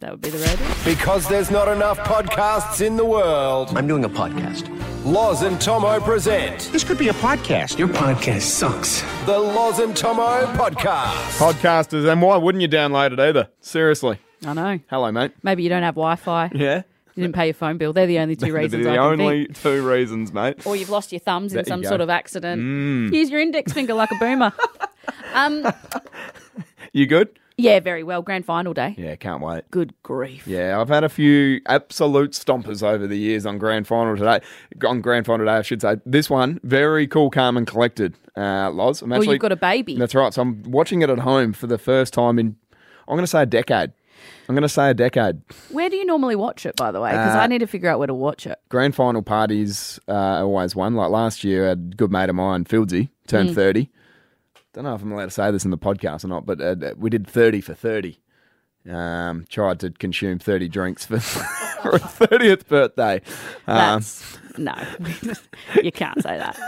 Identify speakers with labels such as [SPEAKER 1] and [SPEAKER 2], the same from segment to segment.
[SPEAKER 1] That would be the Raiders.
[SPEAKER 2] Because there's not enough podcasts in the world.
[SPEAKER 3] I'm doing a podcast.
[SPEAKER 2] Loz and Tomo present
[SPEAKER 3] This could be a podcast. Your podcast sucks.
[SPEAKER 2] the Loz and Tomo podcast.
[SPEAKER 4] podcasters, and why wouldn't you download it either? Seriously.
[SPEAKER 1] I know.
[SPEAKER 4] Hello, mate.
[SPEAKER 1] Maybe you don't have Wi-Fi.
[SPEAKER 4] Yeah.
[SPEAKER 1] You didn't pay your phone bill. They're the only two reasons
[SPEAKER 4] the
[SPEAKER 1] I can
[SPEAKER 4] only
[SPEAKER 1] think.
[SPEAKER 4] two reasons, mate.
[SPEAKER 1] Or you've lost your thumbs in
[SPEAKER 4] you
[SPEAKER 1] some
[SPEAKER 4] go. Mm.
[SPEAKER 1] sort of accident. Use your index finger like a boomer. um,
[SPEAKER 4] You good?
[SPEAKER 1] yeah, very well. Grand final day.
[SPEAKER 4] Yeah, can't wait.
[SPEAKER 1] Good grief.
[SPEAKER 4] Yeah, I've had a few absolute stompers over the years on grand final today. On grand final day, I should say. This one, very cool, calm, and collected. Uh, Loz, I'm
[SPEAKER 1] Well,
[SPEAKER 4] actually.
[SPEAKER 1] you've got a baby.
[SPEAKER 4] That's right. So I'm watching it at home for the first time in, I'm going to say a decade. I'm going to say a decade.
[SPEAKER 1] Where do you normally watch it, by the way? Because
[SPEAKER 4] Uh,
[SPEAKER 1] I need to figure out where to watch it.
[SPEAKER 4] grand final parties uh, are always one. Like last year, a good mate of mine, Fieldsy,
[SPEAKER 1] Hmm.
[SPEAKER 4] turned 30. Don't know if I'm allowed to say this in the podcast or not, but uh, we did 30 for 30. Um, tried to consume 30 drinks for, for a 30th birthday. Um,
[SPEAKER 1] That's no, you can't say that.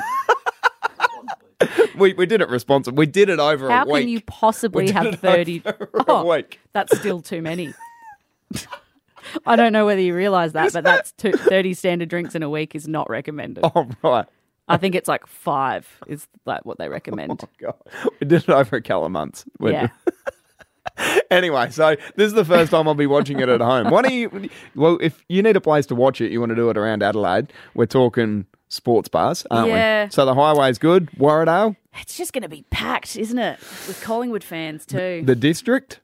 [SPEAKER 4] we, we did it responsibly. We did it over
[SPEAKER 1] How
[SPEAKER 4] a week.
[SPEAKER 1] can you possibly have thirty? Oh,
[SPEAKER 4] a week.
[SPEAKER 1] that's still too many. I don't know whether you realise that, but that's two, thirty standard drinks in a week is not recommended.
[SPEAKER 4] Oh, right.
[SPEAKER 1] I think it's like five is like what they recommend.
[SPEAKER 4] Oh, God. We did it over a couple of months. We-
[SPEAKER 1] yeah,
[SPEAKER 4] Anyway, so this is the first time I'll be watching it at home. Why don't you? Well, if you need a place to watch it, you want to do it around Adelaide. We're talking sports bars, aren't
[SPEAKER 1] Yeah.
[SPEAKER 4] we? So the highway's good. Warradale,
[SPEAKER 1] it's just going to be packed, isn't it? With Collingwood fans too.
[SPEAKER 4] the district.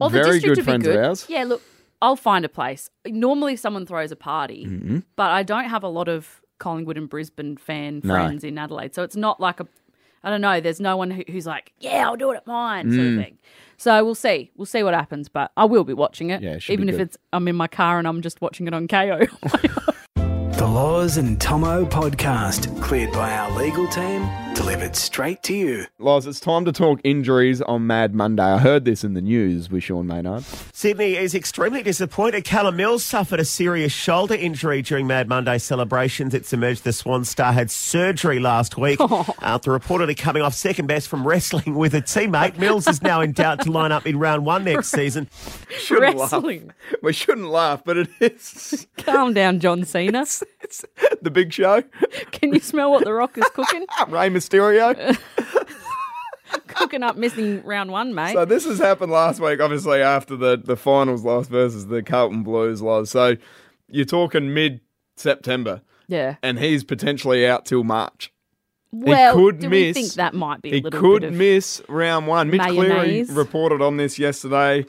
[SPEAKER 1] Well, the
[SPEAKER 4] very
[SPEAKER 1] district
[SPEAKER 4] good
[SPEAKER 1] would be
[SPEAKER 4] friends of ours.
[SPEAKER 1] Yeah, look, I'll find a place. Normally, someone throws a party,
[SPEAKER 4] Mm-hmm.
[SPEAKER 1] but I don't have a lot of Collingwood and Brisbane fan friends in Adelaide, so it's not like a. I don't know. There's no one who, who's like, yeah, I'll do it at mine, sort
[SPEAKER 4] Mm.
[SPEAKER 1] of thing. So we'll see. We'll see what happens, but I will be watching it.
[SPEAKER 4] Yeah, it should be
[SPEAKER 1] even if
[SPEAKER 4] good.
[SPEAKER 1] it's I'm in my car and I'm just watching it on KO.
[SPEAKER 5] The Laws and Tomo podcast, cleared by our legal team, delivered straight to you.
[SPEAKER 4] Loz, it's time to talk injuries on Mad Monday. I heard this in the news with Sean Maynard.
[SPEAKER 6] Sydney is extremely disappointed. Callum Mills suffered a serious shoulder injury during Mad Monday celebrations. It's emerged the Swan star had surgery last week after reportedly coming off second best from wrestling with a teammate. Mills is now in doubt to line up in round one next season.
[SPEAKER 4] Shouldn't
[SPEAKER 1] Wrestling.
[SPEAKER 4] Laugh. We shouldn't laugh, but it is
[SPEAKER 1] Calm down, John Cena.
[SPEAKER 4] it's the big show.
[SPEAKER 1] Can you smell what The Rock is cooking?
[SPEAKER 4] Ray Mysterio.
[SPEAKER 1] cooking up missing round one, mate.
[SPEAKER 4] So this has happened last week, obviously after the the finals loss versus the Carlton Blues loss. So you're talking mid September,
[SPEAKER 1] yeah.
[SPEAKER 4] and he's potentially out till March.
[SPEAKER 1] Well,
[SPEAKER 4] could
[SPEAKER 1] do we
[SPEAKER 4] miss-
[SPEAKER 1] think that might be a
[SPEAKER 4] He
[SPEAKER 1] little
[SPEAKER 4] could
[SPEAKER 1] bit of...
[SPEAKER 4] miss round one. Mitch Cleary
[SPEAKER 1] Mayonnaise.
[SPEAKER 4] reported on this yesterday,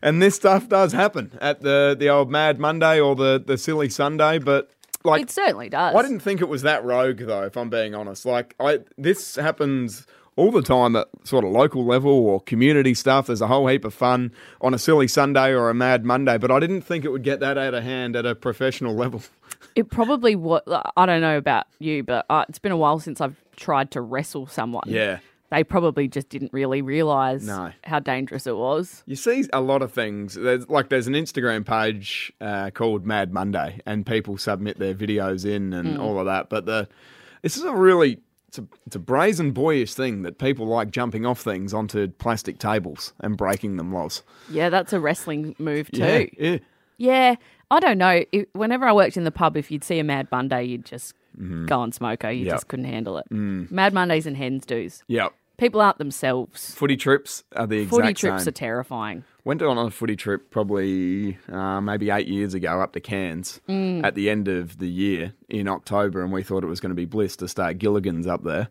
[SPEAKER 4] and this stuff does happen at the the old Mad Monday or the the silly Sunday. But like,
[SPEAKER 1] it certainly does.
[SPEAKER 4] I didn't think it was that rogue though. If I'm being honest, like I this happens. All the time at sort of local level or community stuff, there's a whole heap of fun on a silly Sunday or a mad Monday, but I didn't think it would get that out of hand at a professional level.
[SPEAKER 1] It probably what I don't know about you, but uh, it's been a while since I've tried to wrestle someone.
[SPEAKER 4] Yeah.
[SPEAKER 1] They probably just didn't really realize
[SPEAKER 4] No.
[SPEAKER 1] how dangerous it was.
[SPEAKER 4] You see a lot of things. There's like there's an Instagram page uh, called Mad Monday, and people submit their videos in and
[SPEAKER 1] Hmm.
[SPEAKER 4] all of that. But the this is a really it's a, it's a brazen boyish thing that people like jumping off things onto plastic tables and breaking them. Loz,
[SPEAKER 1] Yeah, that's a wrestling move too.
[SPEAKER 4] yeah,
[SPEAKER 1] Yeah,
[SPEAKER 4] yeah.
[SPEAKER 1] I don't know. It, whenever I worked in the pub, if you'd see a Mad Monday, you'd just go on smoker. You
[SPEAKER 4] Mm-hmm. Yep. Mm.
[SPEAKER 1] just couldn't handle it. Mad Mondays and hens do's.
[SPEAKER 4] Yep.
[SPEAKER 1] People aren't themselves.
[SPEAKER 4] Footy trips are the exact
[SPEAKER 1] Forty trips
[SPEAKER 4] same.
[SPEAKER 1] are terrifying.
[SPEAKER 4] Went on a footy trip probably uh, maybe eight years ago up to Cairns at the end of the year in October, and we thought it was going to be bliss to stay at Gilligan's up there.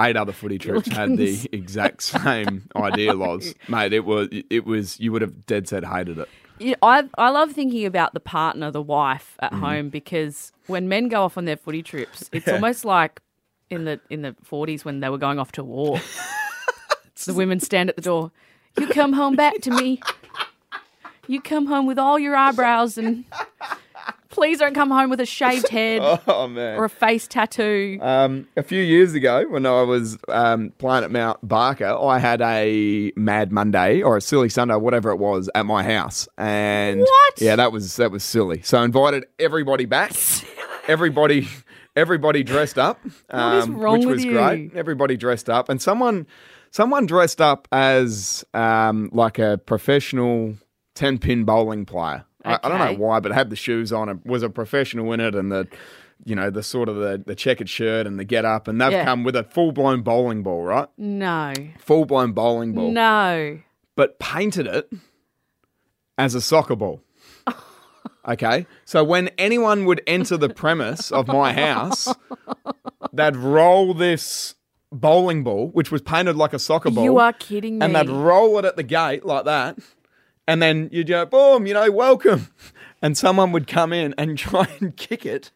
[SPEAKER 4] Eight other footy trips had the exact same idea, Loz. Mate, it was it was you would have dead set hated it.
[SPEAKER 1] Yeah, I I love thinking about the partner, the wife at
[SPEAKER 4] Mm-hmm.
[SPEAKER 1] home because when men go off on their footy trips, it's almost like in the in the forties when they were going off to war. the women stand at the door. You come home back to me. You come home with all your eyebrows and please don't come home with a shaved head
[SPEAKER 4] Oh man!
[SPEAKER 1] or a face tattoo.
[SPEAKER 4] Um, a few years ago, when I was um, playing at Mount Barker, I had a Mad Monday or a Silly Sunday, whatever it was, at my house. And
[SPEAKER 1] What?
[SPEAKER 4] Yeah, that was that was silly. So I invited everybody back. everybody, everybody dressed up. um,
[SPEAKER 1] is wrong
[SPEAKER 4] which
[SPEAKER 1] with
[SPEAKER 4] was
[SPEAKER 1] you?
[SPEAKER 4] great. Everybody dressed up, and someone, someone dressed up as um, like a professional ten pin bowling player. I, I don't
[SPEAKER 1] Okay.
[SPEAKER 4] know why, but had the shoes on and was a professional in it, and the you know the sort of the, the checkered shirt and the get up, and they've
[SPEAKER 1] Yeah.
[SPEAKER 4] come with a full blown bowling ball, right?
[SPEAKER 1] No.
[SPEAKER 4] Full blown bowling ball,
[SPEAKER 1] No.
[SPEAKER 4] but painted it as a soccer ball. Okay, so when anyone would enter the premise of my house, they'd roll this bowling ball, which was painted like a soccer ball.
[SPEAKER 1] You are kidding me.
[SPEAKER 4] And they'd roll it at the gate like that. And then you'd go, boom, you know, welcome. And someone would come in and try and kick it,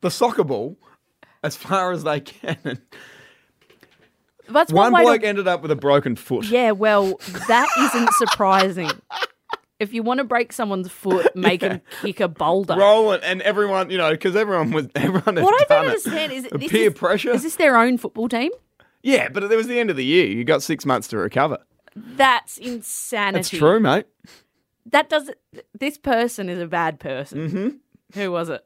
[SPEAKER 4] the soccer ball, as far as they can. And
[SPEAKER 1] That's
[SPEAKER 4] One
[SPEAKER 1] one, way to-
[SPEAKER 4] bloke ended up with a broken foot.
[SPEAKER 1] Yeah, well, that isn't surprising. if you want to break someone's foot, make him kick a boulder.
[SPEAKER 4] Roll it, and everyone, you know, because everyone was, everyone had
[SPEAKER 1] what I
[SPEAKER 4] done
[SPEAKER 1] don't
[SPEAKER 4] it.
[SPEAKER 1] understand is this
[SPEAKER 4] peer
[SPEAKER 1] is,
[SPEAKER 4] pressure.
[SPEAKER 1] Is this their own football team?
[SPEAKER 4] Yeah, but it was the end of the year. You got six months to recover.
[SPEAKER 1] That's insanity.
[SPEAKER 4] That's true, mate.
[SPEAKER 1] That does. This person is a bad person.
[SPEAKER 4] Mm-hmm.
[SPEAKER 1] Who was it?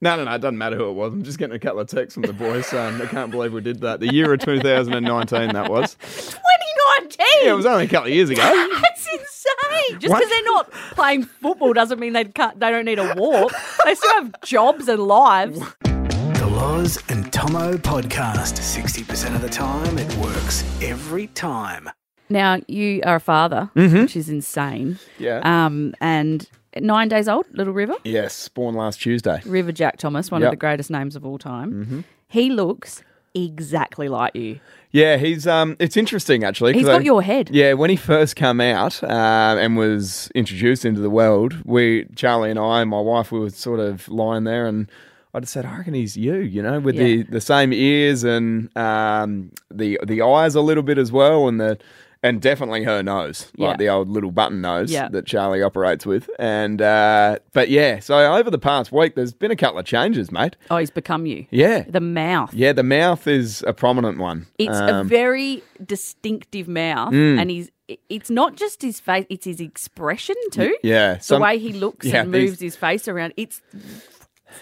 [SPEAKER 4] No, no, no. It doesn't matter who it was. I'm just getting a couple of texts from the boys saying, I can't believe we did that. The year of 2019, that was.
[SPEAKER 1] 2019.
[SPEAKER 4] Yeah, it was only a couple of years ago.
[SPEAKER 1] That's insane. Just
[SPEAKER 4] What?
[SPEAKER 1] because they're not playing football doesn't mean they can't. They don't need a walk. They still have jobs and lives.
[SPEAKER 5] The Loz and Tomo podcast. 60% of the time, it works every time.
[SPEAKER 1] Now you are a father,
[SPEAKER 4] Mm-hmm.
[SPEAKER 1] which is insane.
[SPEAKER 4] Yeah.
[SPEAKER 1] Um, and nine days old, little River,
[SPEAKER 4] Yes, born last Tuesday.
[SPEAKER 1] River Jack Thomas, one
[SPEAKER 4] Yep.
[SPEAKER 1] of
[SPEAKER 4] Mm-hmm.
[SPEAKER 1] the greatest names of all time. He looks exactly like you.
[SPEAKER 4] Yeah, he's um, it's interesting actually. 'cause
[SPEAKER 1] He's got
[SPEAKER 4] I-
[SPEAKER 1] your head.
[SPEAKER 4] Yeah, when he first came out uh, and was introduced into the world, we Charlie and I and my wife we were sort of lying there and. I just said, I reckon he's you, you know, with the,
[SPEAKER 1] Yeah.
[SPEAKER 4] the same ears and um, the the eyes a little bit as well, and the and definitely her nose,
[SPEAKER 1] Yeah.
[SPEAKER 4] like the old little button nose
[SPEAKER 1] Yeah.
[SPEAKER 4] that Charlie operates with. And uh, but yeah, so over the past week, there's been a couple of changes, mate.
[SPEAKER 1] Oh, he's become you.
[SPEAKER 4] Yeah,
[SPEAKER 1] The mouth.
[SPEAKER 4] yeah, the mouth is a prominent one.
[SPEAKER 1] It's a
[SPEAKER 4] Um, Mm.
[SPEAKER 1] very distinctive mouth, and he's. it- It's not just his face; it's his expression too.
[SPEAKER 4] yeah,
[SPEAKER 1] the
[SPEAKER 4] some-
[SPEAKER 1] way he looks
[SPEAKER 4] yeah,
[SPEAKER 1] and
[SPEAKER 4] these-
[SPEAKER 1] moves his face around. It's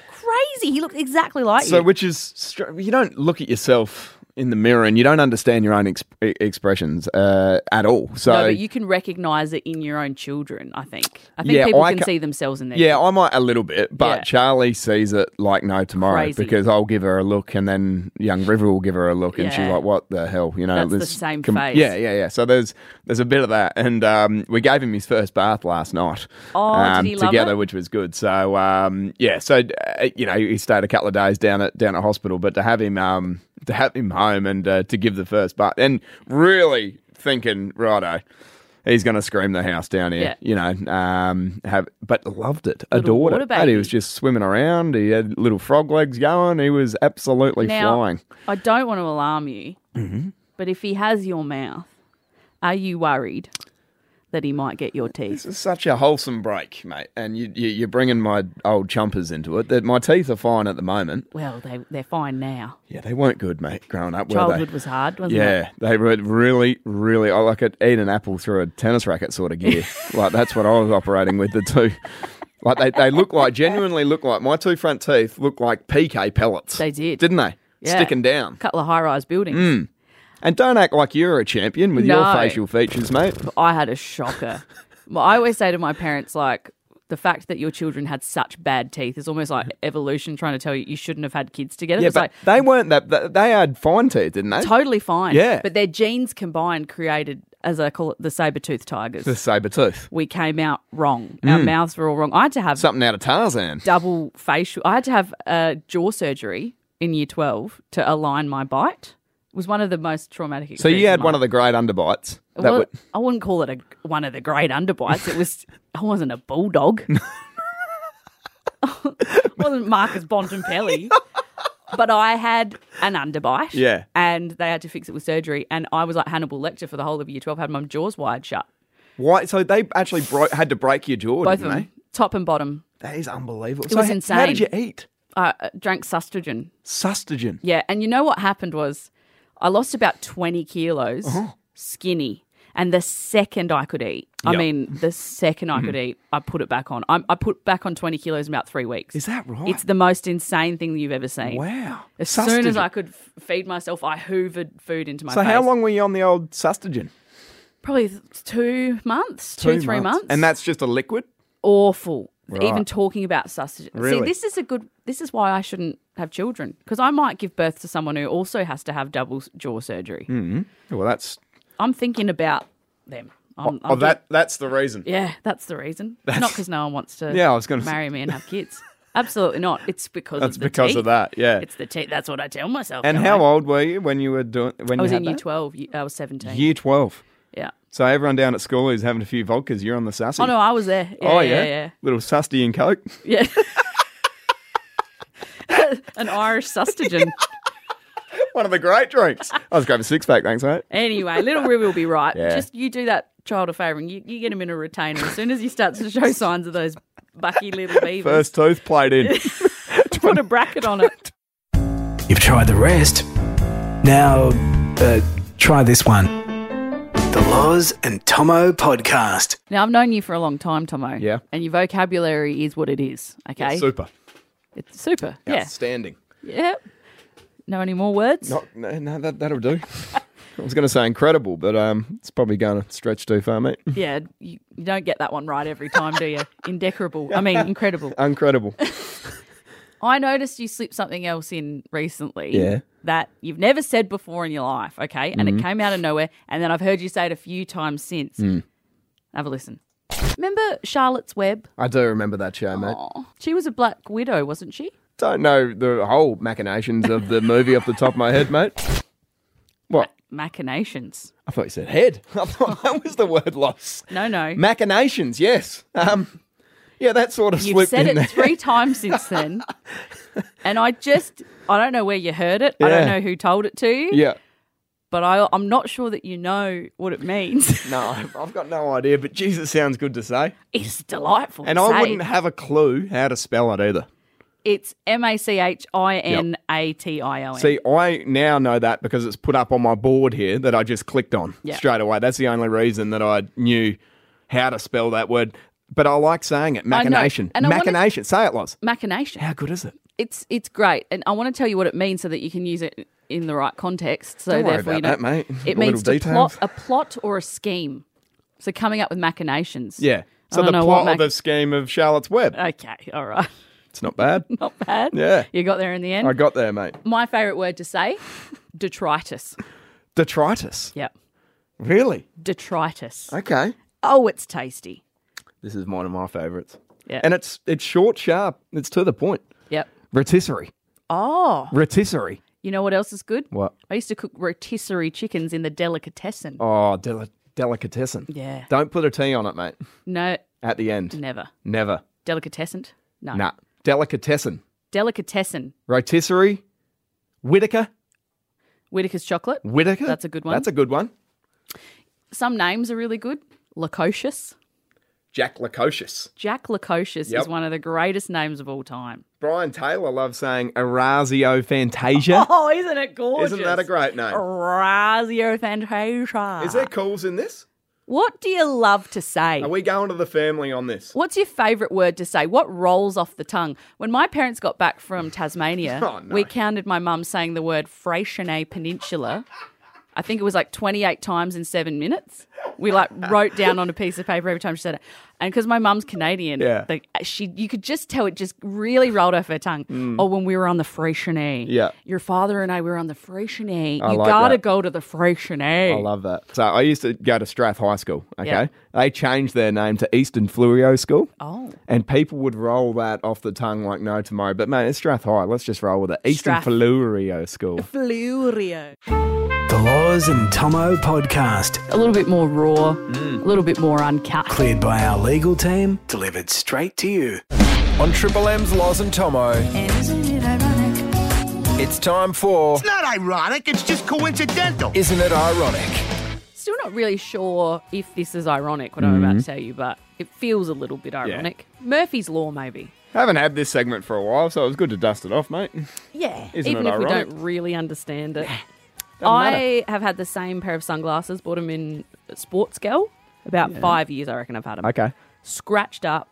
[SPEAKER 1] crazy. He looks exactly like
[SPEAKER 4] So,
[SPEAKER 1] you.
[SPEAKER 4] which is str- you don't look at yourself in the mirror and you don't understand your own exp- e- expressions uh, at all. So,
[SPEAKER 1] no, but you can recognize it in your own children. I think. I think
[SPEAKER 4] Yeah,
[SPEAKER 1] people
[SPEAKER 4] I
[SPEAKER 1] can
[SPEAKER 4] ca-
[SPEAKER 1] see themselves in their
[SPEAKER 4] yeah, I might a little bit, but
[SPEAKER 1] Yeah.
[SPEAKER 4] Charlie sees it like no tomorrow
[SPEAKER 1] Crazy.
[SPEAKER 4] because I'll give her a look and then young River will give her a look and she's
[SPEAKER 1] Yeah.
[SPEAKER 4] like, "What the hell?" You know,
[SPEAKER 1] That's the
[SPEAKER 4] this
[SPEAKER 1] same face.
[SPEAKER 4] Yeah, yeah, yeah. So there's there's a bit of that, and um, we gave him his first bath last night.
[SPEAKER 1] Oh, did
[SPEAKER 4] um,
[SPEAKER 1] he love
[SPEAKER 4] together,
[SPEAKER 1] it?
[SPEAKER 4] which was good. So um, yeah, so uh, you know, he stayed a couple of days down at down at hospital, but to have him um, to have him home and uh, to give the first bath, and really thinking, righto. He's going to scream the house down here,
[SPEAKER 1] Yeah.
[SPEAKER 4] you know. Um, have but loved it,
[SPEAKER 1] Little
[SPEAKER 4] adored
[SPEAKER 1] water
[SPEAKER 4] it. And he was
[SPEAKER 1] baby.
[SPEAKER 4] just swimming around. He had little frog legs going. He was absolutely
[SPEAKER 1] now,
[SPEAKER 4] flying. Mm-hmm.
[SPEAKER 1] I don't want to alarm you, but if he has your mouth, are you worried that he might get your teeth?
[SPEAKER 4] This is such a wholesome break, mate. And you, you, you're bringing my old chumpers into it. That my teeth are fine at the moment.
[SPEAKER 1] Well, they they're fine now.
[SPEAKER 4] Yeah, they weren't good, mate. Growing up, were
[SPEAKER 1] Childhood
[SPEAKER 4] they?
[SPEAKER 1] was hard, wasn't it?
[SPEAKER 4] yeah, they were really, really. I like it. Eat an apple through a tennis racket sort of gear. like that's what I was operating with the two. Like they, they look like genuinely look like my two front teeth look like PK pellets.
[SPEAKER 1] They did.
[SPEAKER 4] didn't they?
[SPEAKER 1] Yeah.
[SPEAKER 4] Sticking down. Mm.
[SPEAKER 1] couple of high-rise buildings.
[SPEAKER 4] And don't act like you're a champion with your
[SPEAKER 1] No.
[SPEAKER 4] facial features, mate.
[SPEAKER 1] I had a shocker. well, I always say to my parents, like, the fact that your children had such bad teeth is almost like evolution trying to tell you you shouldn't have had kids together.
[SPEAKER 4] Yeah,
[SPEAKER 1] it's
[SPEAKER 4] but
[SPEAKER 1] like
[SPEAKER 4] they weren't that. th- They had fine teeth, didn't they?
[SPEAKER 1] totally fine.
[SPEAKER 4] Yeah.
[SPEAKER 1] But their genes combined created, as I call it, the saber toothed
[SPEAKER 4] the
[SPEAKER 1] tigers.
[SPEAKER 4] saber tooth.
[SPEAKER 1] we came out wrong. Our
[SPEAKER 4] Mm.
[SPEAKER 1] mouths were all wrong. I had to have
[SPEAKER 4] Something out of Tarzan.
[SPEAKER 1] double facial. I had to have uh, jaw surgery in year 12 to align my bite. It was one of the most traumatic
[SPEAKER 4] So
[SPEAKER 1] experiences.
[SPEAKER 4] you had one of the great underbites. That
[SPEAKER 1] well,
[SPEAKER 4] would,
[SPEAKER 1] I wouldn't call it a one of the great underbites. It was I wasn't a bulldog. wasn't Marcus Bontempelli. but I had an underbite.
[SPEAKER 4] Yeah.
[SPEAKER 1] And they had to fix it with surgery. And I was like Hannibal Lecter for the whole of year twelve, had my jaws wide shut.
[SPEAKER 4] why? So they actually bro- had to break your jaw,
[SPEAKER 1] Both of
[SPEAKER 4] didn't
[SPEAKER 1] them. Top and bottom.
[SPEAKER 4] they? That is unbelievable. It
[SPEAKER 1] was
[SPEAKER 4] How
[SPEAKER 1] insane.
[SPEAKER 4] did you eat?
[SPEAKER 1] I uh, drank sustagen.
[SPEAKER 4] Sustagen.
[SPEAKER 1] Yeah, and you know what happened was I lost about 20 kilos
[SPEAKER 4] Uh-huh.
[SPEAKER 1] skinny. And the second I could eat, I
[SPEAKER 4] Yep.
[SPEAKER 1] mean, the second I
[SPEAKER 4] Mm-hmm.
[SPEAKER 1] could eat, I put it back on. I, I put back on 20 kilos in about three weeks.
[SPEAKER 4] Is that right?
[SPEAKER 1] It's the most insane thing you've ever seen.
[SPEAKER 4] Wow.
[SPEAKER 1] As soon as
[SPEAKER 4] Sustagen.
[SPEAKER 1] I could f- feed myself, I hoovered food into my
[SPEAKER 4] So
[SPEAKER 1] face.
[SPEAKER 4] how long were you on the old sustagen?
[SPEAKER 1] probably th- two months, two, three months.
[SPEAKER 4] And that's just a liquid?
[SPEAKER 1] awful. Even
[SPEAKER 4] Right.
[SPEAKER 1] talking about sausages. See,
[SPEAKER 4] Really?
[SPEAKER 1] this is a good. This is why I shouldn't have children because I might give birth to someone who also has to have double s- jaw surgery.
[SPEAKER 4] Hmm. Well, that's
[SPEAKER 1] I'm thinking about them. I'm, I'm
[SPEAKER 4] oh, that that's the reason.
[SPEAKER 1] Yeah, that's the reason. Not because no one wants to.
[SPEAKER 4] Yeah, I was gonna say-
[SPEAKER 1] marry me and have kids. Absolutely not. It's because
[SPEAKER 4] That's
[SPEAKER 1] of the
[SPEAKER 4] because
[SPEAKER 1] teeth.
[SPEAKER 4] of that. Yeah.
[SPEAKER 1] It's the teeth. That's what I tell myself.
[SPEAKER 4] and
[SPEAKER 1] don't
[SPEAKER 4] how
[SPEAKER 1] I?
[SPEAKER 4] old were you when you were doing when
[SPEAKER 1] I was
[SPEAKER 4] you
[SPEAKER 1] in
[SPEAKER 4] had
[SPEAKER 1] year
[SPEAKER 4] that?
[SPEAKER 1] twelve. ye- I was seventeen.
[SPEAKER 4] Year 12.
[SPEAKER 1] yeah.
[SPEAKER 4] So everyone down at school is having a few vodkas. You're on the sassy.
[SPEAKER 1] Oh no, I was there. Yeah,
[SPEAKER 4] oh
[SPEAKER 1] yeah,
[SPEAKER 4] yeah.
[SPEAKER 1] yeah.
[SPEAKER 4] Little susty and coke.
[SPEAKER 1] Yeah. An Irish sustagen.
[SPEAKER 4] One of the great drinks. I was grabbing a six pack. Thanks, mate.
[SPEAKER 1] Anyway, little Ruby will be right.
[SPEAKER 4] Yeah.
[SPEAKER 1] Just you do that child a favour and you, you get him in a retainer. As soon as he starts to show signs of those bucky little beavers,
[SPEAKER 4] First tooth played in.
[SPEAKER 1] put a bracket on it.
[SPEAKER 5] You've tried the rest. Now, uh, try this one. The Loz and Tomo podcast.
[SPEAKER 1] Now, I've known you for a long time, Tomo.
[SPEAKER 4] Yeah.
[SPEAKER 1] And your vocabulary is what it is, okay?
[SPEAKER 4] Super.
[SPEAKER 1] It's super. Yeah.
[SPEAKER 4] Outstanding.
[SPEAKER 1] Yep. No any more words?
[SPEAKER 4] Not, no, no, that, that'll do. I was going to say incredible, but um, it's probably going to stretch too far, mate.
[SPEAKER 1] Yeah. You, you don't get that one right every time, do you? Indecorable. I mean, incredible.
[SPEAKER 4] Incredible.
[SPEAKER 1] I noticed you slipped something else in recently.
[SPEAKER 4] Yeah. Mm-hmm.
[SPEAKER 1] That you've never said before in your life, okay? And it came out of nowhere. And then I've heard you say it a few times since.
[SPEAKER 4] Mm.
[SPEAKER 1] Have a listen. Remember Charlotte's Web?
[SPEAKER 4] I do remember that show, mate.
[SPEAKER 1] Oh, she was a black widow, wasn't she?
[SPEAKER 4] Don't know the whole machinations of the movie off the top of my head, mate. What?
[SPEAKER 1] Machinations.
[SPEAKER 4] I thought you said head. I thought that was the word loss.
[SPEAKER 1] No, no.
[SPEAKER 4] Machinations, yes. Um, yeah, that sort of
[SPEAKER 1] You've
[SPEAKER 4] slipped
[SPEAKER 1] said
[SPEAKER 4] in
[SPEAKER 1] it
[SPEAKER 4] there.
[SPEAKER 1] three times since then. and I just, I don't know where you heard it. I don't
[SPEAKER 4] Yeah.
[SPEAKER 1] know who told it to you.
[SPEAKER 4] Yeah.
[SPEAKER 1] But I, I'm not sure that you know what it means.
[SPEAKER 4] No, I've- I've got no idea, but Jesus sounds good to say.
[SPEAKER 1] it's delightful. to
[SPEAKER 4] And I
[SPEAKER 1] say.
[SPEAKER 4] wouldn't have a clue how to spell it either.
[SPEAKER 1] It's M A C H I N A T I O N.
[SPEAKER 4] See, I now know that because it's put up on my board here that I just clicked on
[SPEAKER 1] Yeah.
[SPEAKER 4] straight away. That's the only reason that I knew how to spell that word. But I like saying it.
[SPEAKER 1] know.
[SPEAKER 4] Machination.
[SPEAKER 1] And I wanna-
[SPEAKER 4] Machination. Say it, Loz.
[SPEAKER 1] Machination.
[SPEAKER 4] How good is it?
[SPEAKER 1] It's it's great, and I want to tell you what it means so that you can use it in the right context. So
[SPEAKER 4] Don't worry
[SPEAKER 1] therefore,
[SPEAKER 4] about
[SPEAKER 1] you know,
[SPEAKER 4] that, mate.
[SPEAKER 1] It
[SPEAKER 4] The
[SPEAKER 1] means to
[SPEAKER 4] little
[SPEAKER 1] plot
[SPEAKER 4] details.
[SPEAKER 1] a plot or a scheme. So coming up with machinations.
[SPEAKER 4] Yeah.
[SPEAKER 1] I
[SPEAKER 4] So
[SPEAKER 1] don't
[SPEAKER 4] the
[SPEAKER 1] know what
[SPEAKER 4] plot
[SPEAKER 1] mac- Uh.
[SPEAKER 4] of the scheme of Charlotte's Web.
[SPEAKER 1] Okay, all right,
[SPEAKER 4] It's not bad.
[SPEAKER 1] not bad.
[SPEAKER 4] Yeah.
[SPEAKER 1] you got there in the end.
[SPEAKER 4] I got there, mate.
[SPEAKER 1] My favorite word to say, detritus.
[SPEAKER 4] Detritus.
[SPEAKER 1] Yep,
[SPEAKER 4] Really?
[SPEAKER 1] detritus.
[SPEAKER 4] Okay.
[SPEAKER 1] Oh, it's tasty.
[SPEAKER 4] This is one of my favourites.
[SPEAKER 1] Yeah.
[SPEAKER 4] And it's it's short, sharp. It's to the point.
[SPEAKER 1] Yep.
[SPEAKER 4] Rotisserie.
[SPEAKER 1] Oh,
[SPEAKER 4] Rotisserie.
[SPEAKER 1] you know what else is good?
[SPEAKER 4] What?
[SPEAKER 1] I used to cook rotisserie chickens in the delicatessen.
[SPEAKER 4] Oh, del- delicatessen.
[SPEAKER 1] Yeah.
[SPEAKER 4] Don't put a T on it, mate.
[SPEAKER 1] No,
[SPEAKER 4] At the end.
[SPEAKER 1] never.
[SPEAKER 4] Never.
[SPEAKER 1] Delicatessen? No.
[SPEAKER 4] Nah. Delicatessen.
[SPEAKER 1] Delicatessen.
[SPEAKER 4] Rotisserie. Whitaker.
[SPEAKER 1] Whitaker's chocolate.
[SPEAKER 4] Whitaker.
[SPEAKER 1] That's a good one.
[SPEAKER 4] That's a good one.
[SPEAKER 1] Some names are really good. Lococious.
[SPEAKER 4] Jack Lacocious.
[SPEAKER 1] Jack Lococious
[SPEAKER 4] Yep.
[SPEAKER 1] is one of the greatest names of all time.
[SPEAKER 4] Brian Taylor loves saying Erasio Fantasia.
[SPEAKER 1] Oh, isn't it gorgeous?
[SPEAKER 4] Isn't that a great name?
[SPEAKER 1] Razio Fantasia.
[SPEAKER 4] Is there calls in this?
[SPEAKER 1] What do you love to say?
[SPEAKER 4] Are we going to the family on this?
[SPEAKER 1] What's your favourite word to say? What rolls off the tongue? When my parents got back from Tasmania,
[SPEAKER 4] Oh, no.
[SPEAKER 1] we counted my mum saying the word Freycinet Peninsula. I think it was like 28 times in seven minutes. We like wrote down on a piece of paper every time she said it. And because my mum's Canadian,
[SPEAKER 4] Yeah.
[SPEAKER 1] the, she you could just tell it just really rolled off her tongue. Oh, when we were on the Freycinet.
[SPEAKER 4] Mm. Yeah.
[SPEAKER 1] Your father and I were on the Freycinet.
[SPEAKER 4] I
[SPEAKER 1] you
[SPEAKER 4] like
[SPEAKER 1] gotta
[SPEAKER 4] that.
[SPEAKER 1] go to the Freycinet.
[SPEAKER 4] I love that. So I used to go to Strath High School. Okay,
[SPEAKER 1] Yeah.
[SPEAKER 4] they changed their name to Eastern Fluorio School.
[SPEAKER 1] Oh.
[SPEAKER 4] and people would roll that off the tongue like no tomorrow. But man, it's Strath High. Let's just roll with it. Eastern
[SPEAKER 1] Strath.
[SPEAKER 4] Fluorio School.
[SPEAKER 1] Flurio.
[SPEAKER 5] The Loz and Tomo podcast.
[SPEAKER 1] A little bit more raw,
[SPEAKER 4] Mm.
[SPEAKER 1] a little bit more uncut.
[SPEAKER 5] Cleared by our legal team, delivered straight to you.
[SPEAKER 2] On Triple M's Loz and Tomo. It's time for
[SPEAKER 3] Not ironic, it's just coincidental.
[SPEAKER 2] Isn't It Ironic?
[SPEAKER 1] Still not really sure if this is ironic, what I'm about to
[SPEAKER 4] Mm-hmm.
[SPEAKER 1] tell you, but it feels a little bit ironic. Murphy's Law, maybe.
[SPEAKER 4] Haven't had this segment for a while, so it was good to dust it off, mate.
[SPEAKER 1] Yeah.
[SPEAKER 4] Isn't
[SPEAKER 1] Even
[SPEAKER 4] it
[SPEAKER 1] if
[SPEAKER 4] ironic?
[SPEAKER 1] we don't really understand it.
[SPEAKER 4] Doesn't matter.
[SPEAKER 1] I have had the same pair of sunglasses, bought them in Sports Girl. About five years, I reckon I've had them.
[SPEAKER 4] Okay.
[SPEAKER 1] Scratched up.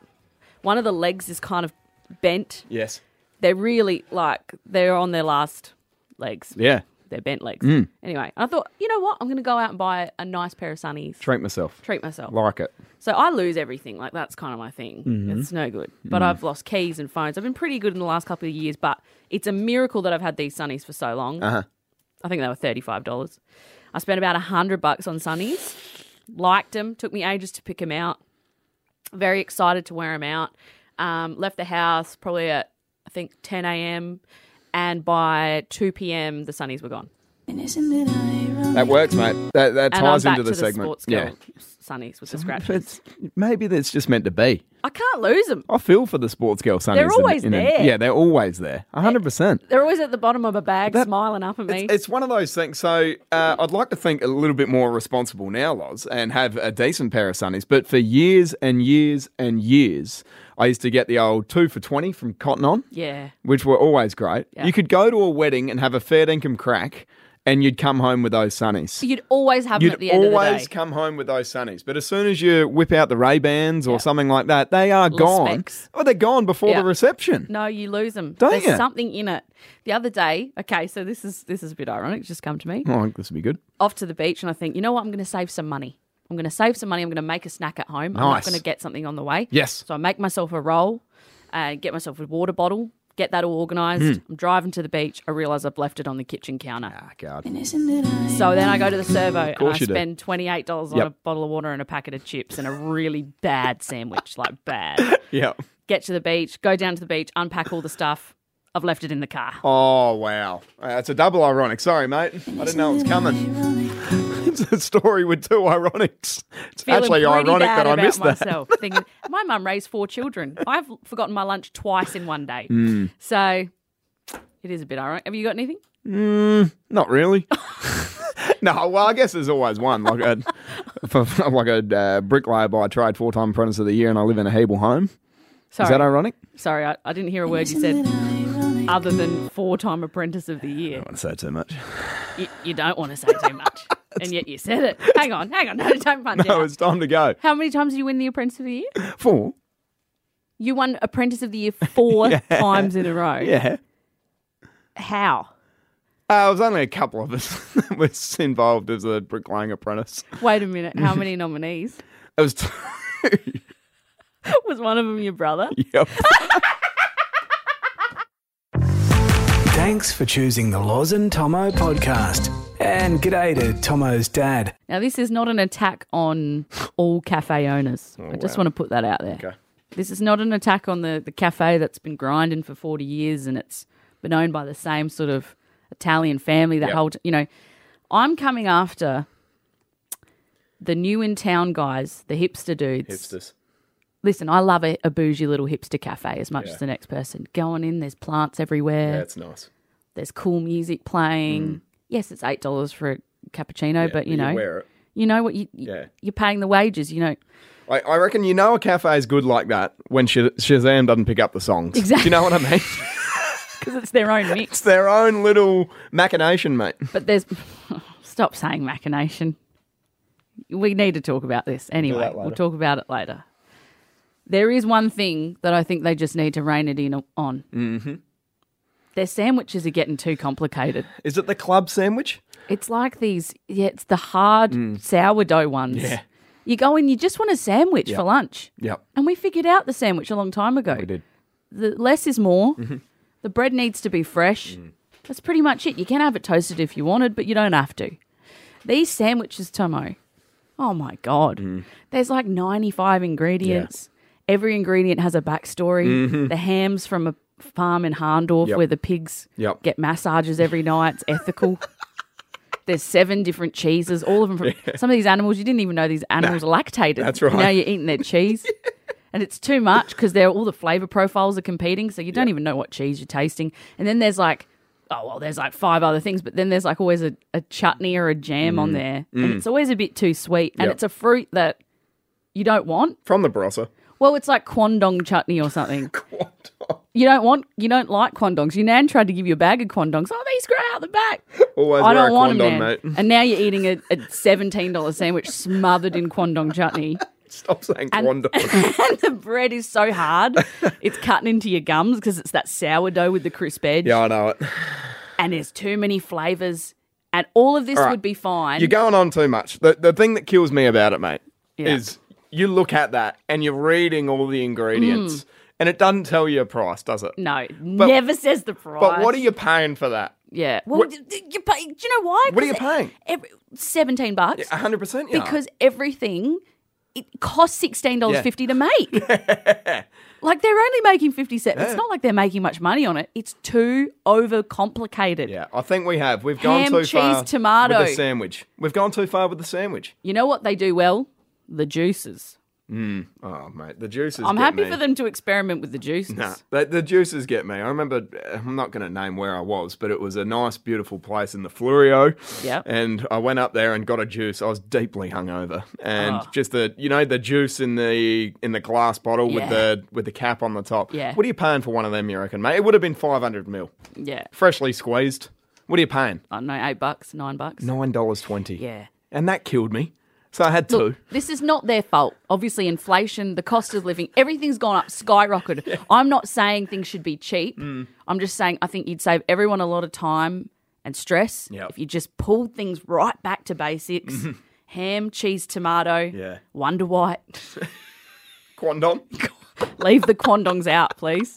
[SPEAKER 1] One of the legs is kind of bent.
[SPEAKER 4] Yes.
[SPEAKER 1] They're really like, they're on their last legs.
[SPEAKER 4] Yeah. Mm.
[SPEAKER 1] their bent legs. Anyway, I thought, you know what? I'm going to go out and buy a nice pair of sunnies,
[SPEAKER 4] Treat myself.
[SPEAKER 1] treat myself.
[SPEAKER 4] Like it.
[SPEAKER 1] So I lose everything. Like that's kind of my thing.
[SPEAKER 4] Mm-hmm.
[SPEAKER 1] It's no good. But I've lost keys and phones. I've been pretty good in the last couple of years, but it's a miracle that I've had these sunnies for so long. Uh-huh. I think they were thirty five dollars. I spent about a hundred bucks on sunnies. Liked them. Took me ages to pick them out. Very excited to wear them out. Um, left the house probably at I think ten a.m. and by two p.m. the sunnies were gone.
[SPEAKER 4] That works, mate. That, that
[SPEAKER 1] And I'm
[SPEAKER 4] ties
[SPEAKER 1] back
[SPEAKER 4] into
[SPEAKER 1] to
[SPEAKER 4] the segment.
[SPEAKER 1] sports girl sunnies with the scratches.
[SPEAKER 4] It's, maybe that's just meant to be.
[SPEAKER 1] I can't lose them.
[SPEAKER 4] I feel for the sports girl Sundays.
[SPEAKER 1] They're always there.
[SPEAKER 4] yeah, they're always there. 100%.
[SPEAKER 1] They're always at the bottom of a bag,
[SPEAKER 4] That-
[SPEAKER 1] smiling up at me.
[SPEAKER 4] It's, it's one of those things. So uh, I'd like to think a little bit more responsible now, Loz, and have a decent pair of sunnies. But for years and years and years, I used to get the old two for 20 from Cotton On,
[SPEAKER 1] yeah,
[SPEAKER 4] which were always great.
[SPEAKER 1] Yeah.
[SPEAKER 4] You could go to a wedding and have a fair dinkum crack, and you'd come home with those sunnies.
[SPEAKER 1] you'd always have them
[SPEAKER 4] You'd
[SPEAKER 1] at the end of the
[SPEAKER 4] always
[SPEAKER 1] day.
[SPEAKER 4] come home with those sunnies, but as soon as you whip out the Ray Bans or something like that, they are
[SPEAKER 1] Little
[SPEAKER 4] gone.
[SPEAKER 1] specks.
[SPEAKER 4] Oh, they're gone before
[SPEAKER 1] Yeah.
[SPEAKER 4] the reception.
[SPEAKER 1] no, you lose them.
[SPEAKER 4] Don't
[SPEAKER 1] There's
[SPEAKER 4] ya?
[SPEAKER 1] something in it. The other day, okay, so this is this is a bit ironic. it's Just come to me
[SPEAKER 4] Oh, I think this would be good.
[SPEAKER 1] off to the beach, and I think you know what? I'm going to save some money. I'm going to save some money. I'm going to make a snack at home. I'm not
[SPEAKER 4] Nice.
[SPEAKER 1] going to get something on the way.
[SPEAKER 4] Yes.
[SPEAKER 1] So I make myself a roll, uh, get myself a water bottle, get that all organised.
[SPEAKER 4] Hmm.
[SPEAKER 1] I'm driving to the beach. I realise I've left it on the kitchen counter.
[SPEAKER 4] Ah, God.
[SPEAKER 1] So then I go to the servo and I
[SPEAKER 4] course you do.
[SPEAKER 1] spend twenty eight dollars on
[SPEAKER 4] Yep.
[SPEAKER 1] a bottle of water and a packet of chips and a really bad sandwich, like bad.
[SPEAKER 4] Yeah.
[SPEAKER 1] Get to the beach, go down to the beach, unpack all the stuff. I've left it in the car.
[SPEAKER 4] Oh, wow. Uh, That's a double ironic. Sorry, mate. I didn't know it was coming. it's a story with two ironics. It's
[SPEAKER 1] Feeling
[SPEAKER 4] actually
[SPEAKER 1] pretty
[SPEAKER 4] ironic
[SPEAKER 1] bad
[SPEAKER 4] that I
[SPEAKER 1] about
[SPEAKER 4] missed that.
[SPEAKER 1] myself, thinking my mum raised four children. I've forgotten my lunch twice in one day.
[SPEAKER 4] Hmm.
[SPEAKER 1] So it is a bit ironic. Have you got anything?
[SPEAKER 4] Not really. no, well, I guess there's always one. Like a, for, like a uh, bricklayer by trade, four time apprentice of the year, and I live in a Hebel home.
[SPEAKER 1] Sorry,
[SPEAKER 4] Is that ironic?
[SPEAKER 1] sorry, I, I didn't hear a word you said. Other than four time apprentice of the year.
[SPEAKER 4] I say too much. Oh.
[SPEAKER 1] You, you don't want to say too much. and yet you said it. Hang on, hang on. No, don't punch
[SPEAKER 4] No,
[SPEAKER 1] out.
[SPEAKER 4] Oh, it's time to go.
[SPEAKER 1] How many times did you win the Apprentice of the Year?
[SPEAKER 4] Four.
[SPEAKER 1] You won Apprentice of the Year four times in a row.
[SPEAKER 4] Yeah.
[SPEAKER 1] How?
[SPEAKER 4] Uh, it was only a couple of us that was involved as a bricklaying apprentice.
[SPEAKER 1] Wait a minute. How many nominees?
[SPEAKER 4] It was two.
[SPEAKER 1] Was one of them your brother?
[SPEAKER 4] Yep.
[SPEAKER 5] Thanks for choosing the Laws and Tomo podcast. And g'day to Tomo's dad.
[SPEAKER 1] Now, this is not an attack on all cafe owners. I just want to put that out there.
[SPEAKER 4] Oh, Okay.
[SPEAKER 1] This is not an attack on the, the cafe that's been grinding for 40 years and it's been owned by the same sort of Italian family that
[SPEAKER 4] Yep.
[SPEAKER 1] whole, t- you know. I'm coming after the new in town guys, the hipster dudes. listen, I love a, a bougie little hipster cafe as much as the next person. Going in, there's plants everywhere.
[SPEAKER 4] nice. Mm.
[SPEAKER 1] There's cool music playing. Yes, it's eight dollars for a cappuccino, but you know,
[SPEAKER 4] wear it.
[SPEAKER 1] you know what you,
[SPEAKER 4] Yeah.
[SPEAKER 1] you're paying the wages. You know,
[SPEAKER 4] I, I reckon you know a cafe is good like that when Sh- Shazam doesn't pick up the songs.
[SPEAKER 1] Exactly.
[SPEAKER 4] Do you know what I mean?
[SPEAKER 1] because it's their own mix.
[SPEAKER 4] it's their own little machination, mate.
[SPEAKER 1] But there's stop saying machination. We need to talk about this anyway.
[SPEAKER 4] that
[SPEAKER 1] We'll
[SPEAKER 4] later.
[SPEAKER 1] talk about it later. There is one thing that I think they just need to rein it in on. Mm-hmm. Their sandwiches are getting too complicated.
[SPEAKER 4] Is it the club sandwich?
[SPEAKER 1] It's like these, yeah, it's the hard
[SPEAKER 4] Mm.
[SPEAKER 1] sourdough ones. You go in, you just want a sandwich for lunch.
[SPEAKER 4] Yep.
[SPEAKER 1] And we figured out the sandwich a long time ago. We
[SPEAKER 4] did. Mm-hmm.
[SPEAKER 1] The less is more. The bread needs to be fresh.
[SPEAKER 4] Mm.
[SPEAKER 1] That's pretty much it. You can have it toasted if you wanted, but you don't have to. These sandwiches, Tomo, oh my God.
[SPEAKER 4] Mm.
[SPEAKER 1] There's like 95 ingredients. Every ingredient has a backstory. The ham's from a farm in Harndorf
[SPEAKER 4] Mm-hmm. Yep.
[SPEAKER 1] where the pigs
[SPEAKER 4] Yep.
[SPEAKER 1] get massages every night. It's ethical. There's seven different cheeses, all of them from some of these animals. You didn't even know these animals are lactated.
[SPEAKER 4] that's right.
[SPEAKER 1] Now you're eating their cheese, and it's too much because they're all the flavor profiles are competing, so you don't even know what cheese you're tasting. And then there's like, oh well, there's like five other things, but then there's like always a, a chutney or a jam on there, and it's always a bit too sweet, and
[SPEAKER 4] Mm. Yep.
[SPEAKER 1] it's a fruit that you don't want.
[SPEAKER 4] From the Barossa.
[SPEAKER 1] Well, it's like kwandong chutney or something. You don't want, you don't like kwandongs. Your nan tried to give you a bag of kwandongs. Oh, these grow out the back.
[SPEAKER 4] Always
[SPEAKER 1] I
[SPEAKER 4] wear
[SPEAKER 1] don't
[SPEAKER 4] a
[SPEAKER 1] want them,
[SPEAKER 4] condom, mate.
[SPEAKER 1] And now you're eating a, a seventeen dollar sandwich smothered in kwandong chutney,
[SPEAKER 4] Stop saying
[SPEAKER 1] And-
[SPEAKER 4] condom.
[SPEAKER 1] and the bread is so hard, it's cutting into your gums because it's that sourdough with the crisp edge.
[SPEAKER 4] yeah, I know it.
[SPEAKER 1] And there's too many flavors. and all of this
[SPEAKER 4] All right.
[SPEAKER 1] would be fine.
[SPEAKER 4] You're going on too much. The, the thing that kills me about it, mate,
[SPEAKER 1] Yeah.
[SPEAKER 4] is you look at that and you're reading all the ingredients
[SPEAKER 1] Mm.
[SPEAKER 4] and it doesn't tell you a price, does it?
[SPEAKER 1] no, never says the price.
[SPEAKER 4] But what are you paying for that?
[SPEAKER 1] Yeah. Well,
[SPEAKER 4] What-
[SPEAKER 1] d- d- you pay, do you know why?
[SPEAKER 4] What are you
[SPEAKER 1] 'Cause
[SPEAKER 4] paying?
[SPEAKER 1] Every, Seventeen bucks.
[SPEAKER 4] 100% you are.
[SPEAKER 1] because everything it costs sixteen dollars fifty to make. Like they're only making fifty cents. It's not like they're making much money on it. It's too overcomplicated.
[SPEAKER 4] Yeah, I think we have. We've
[SPEAKER 1] Ham,
[SPEAKER 4] gone too
[SPEAKER 1] cheese,
[SPEAKER 4] far
[SPEAKER 1] tomato.
[SPEAKER 4] with the sandwich. We've gone too far with the sandwich.
[SPEAKER 1] You know what they do well? The juices.
[SPEAKER 4] Oh, mate, the juices.
[SPEAKER 1] I'm
[SPEAKER 4] get
[SPEAKER 1] happy
[SPEAKER 4] me.
[SPEAKER 1] for them to experiment with the juices.
[SPEAKER 4] Nah, the, the juices get me. I remember, I'm not going to name where I was, but it was a nice, beautiful place in the Flurio.
[SPEAKER 1] Yep.
[SPEAKER 4] And I went up there and got a juice. I was deeply hungover, and
[SPEAKER 1] Ah.
[SPEAKER 4] just the, you know, the juice in the in the glass bottle with
[SPEAKER 1] Yeah.
[SPEAKER 4] the with the cap on the top.
[SPEAKER 1] Yeah.
[SPEAKER 4] What are you paying for one of them? You reckon, mate? It would have been 500 mil,
[SPEAKER 1] Yeah.
[SPEAKER 4] freshly squeezed. What are you paying?
[SPEAKER 1] I don't know, eight bucks, nine bucks.
[SPEAKER 4] Nine dollars twenty.
[SPEAKER 1] Uh, Yeah.
[SPEAKER 4] And that killed me. So I had two.
[SPEAKER 1] Look, this is not their fault. Obviously, inflation, the cost of living, everything's gone up, skyrocketed. I'm not saying things should be cheap. I'm just saying I think you'd save everyone a lot of time and stress
[SPEAKER 4] Yep.
[SPEAKER 1] if you just pulled things right back to basics. Ham, cheese, tomato,
[SPEAKER 4] Yeah.
[SPEAKER 1] Wonder White.
[SPEAKER 4] Quandon.
[SPEAKER 1] Leave the quandongs out, please.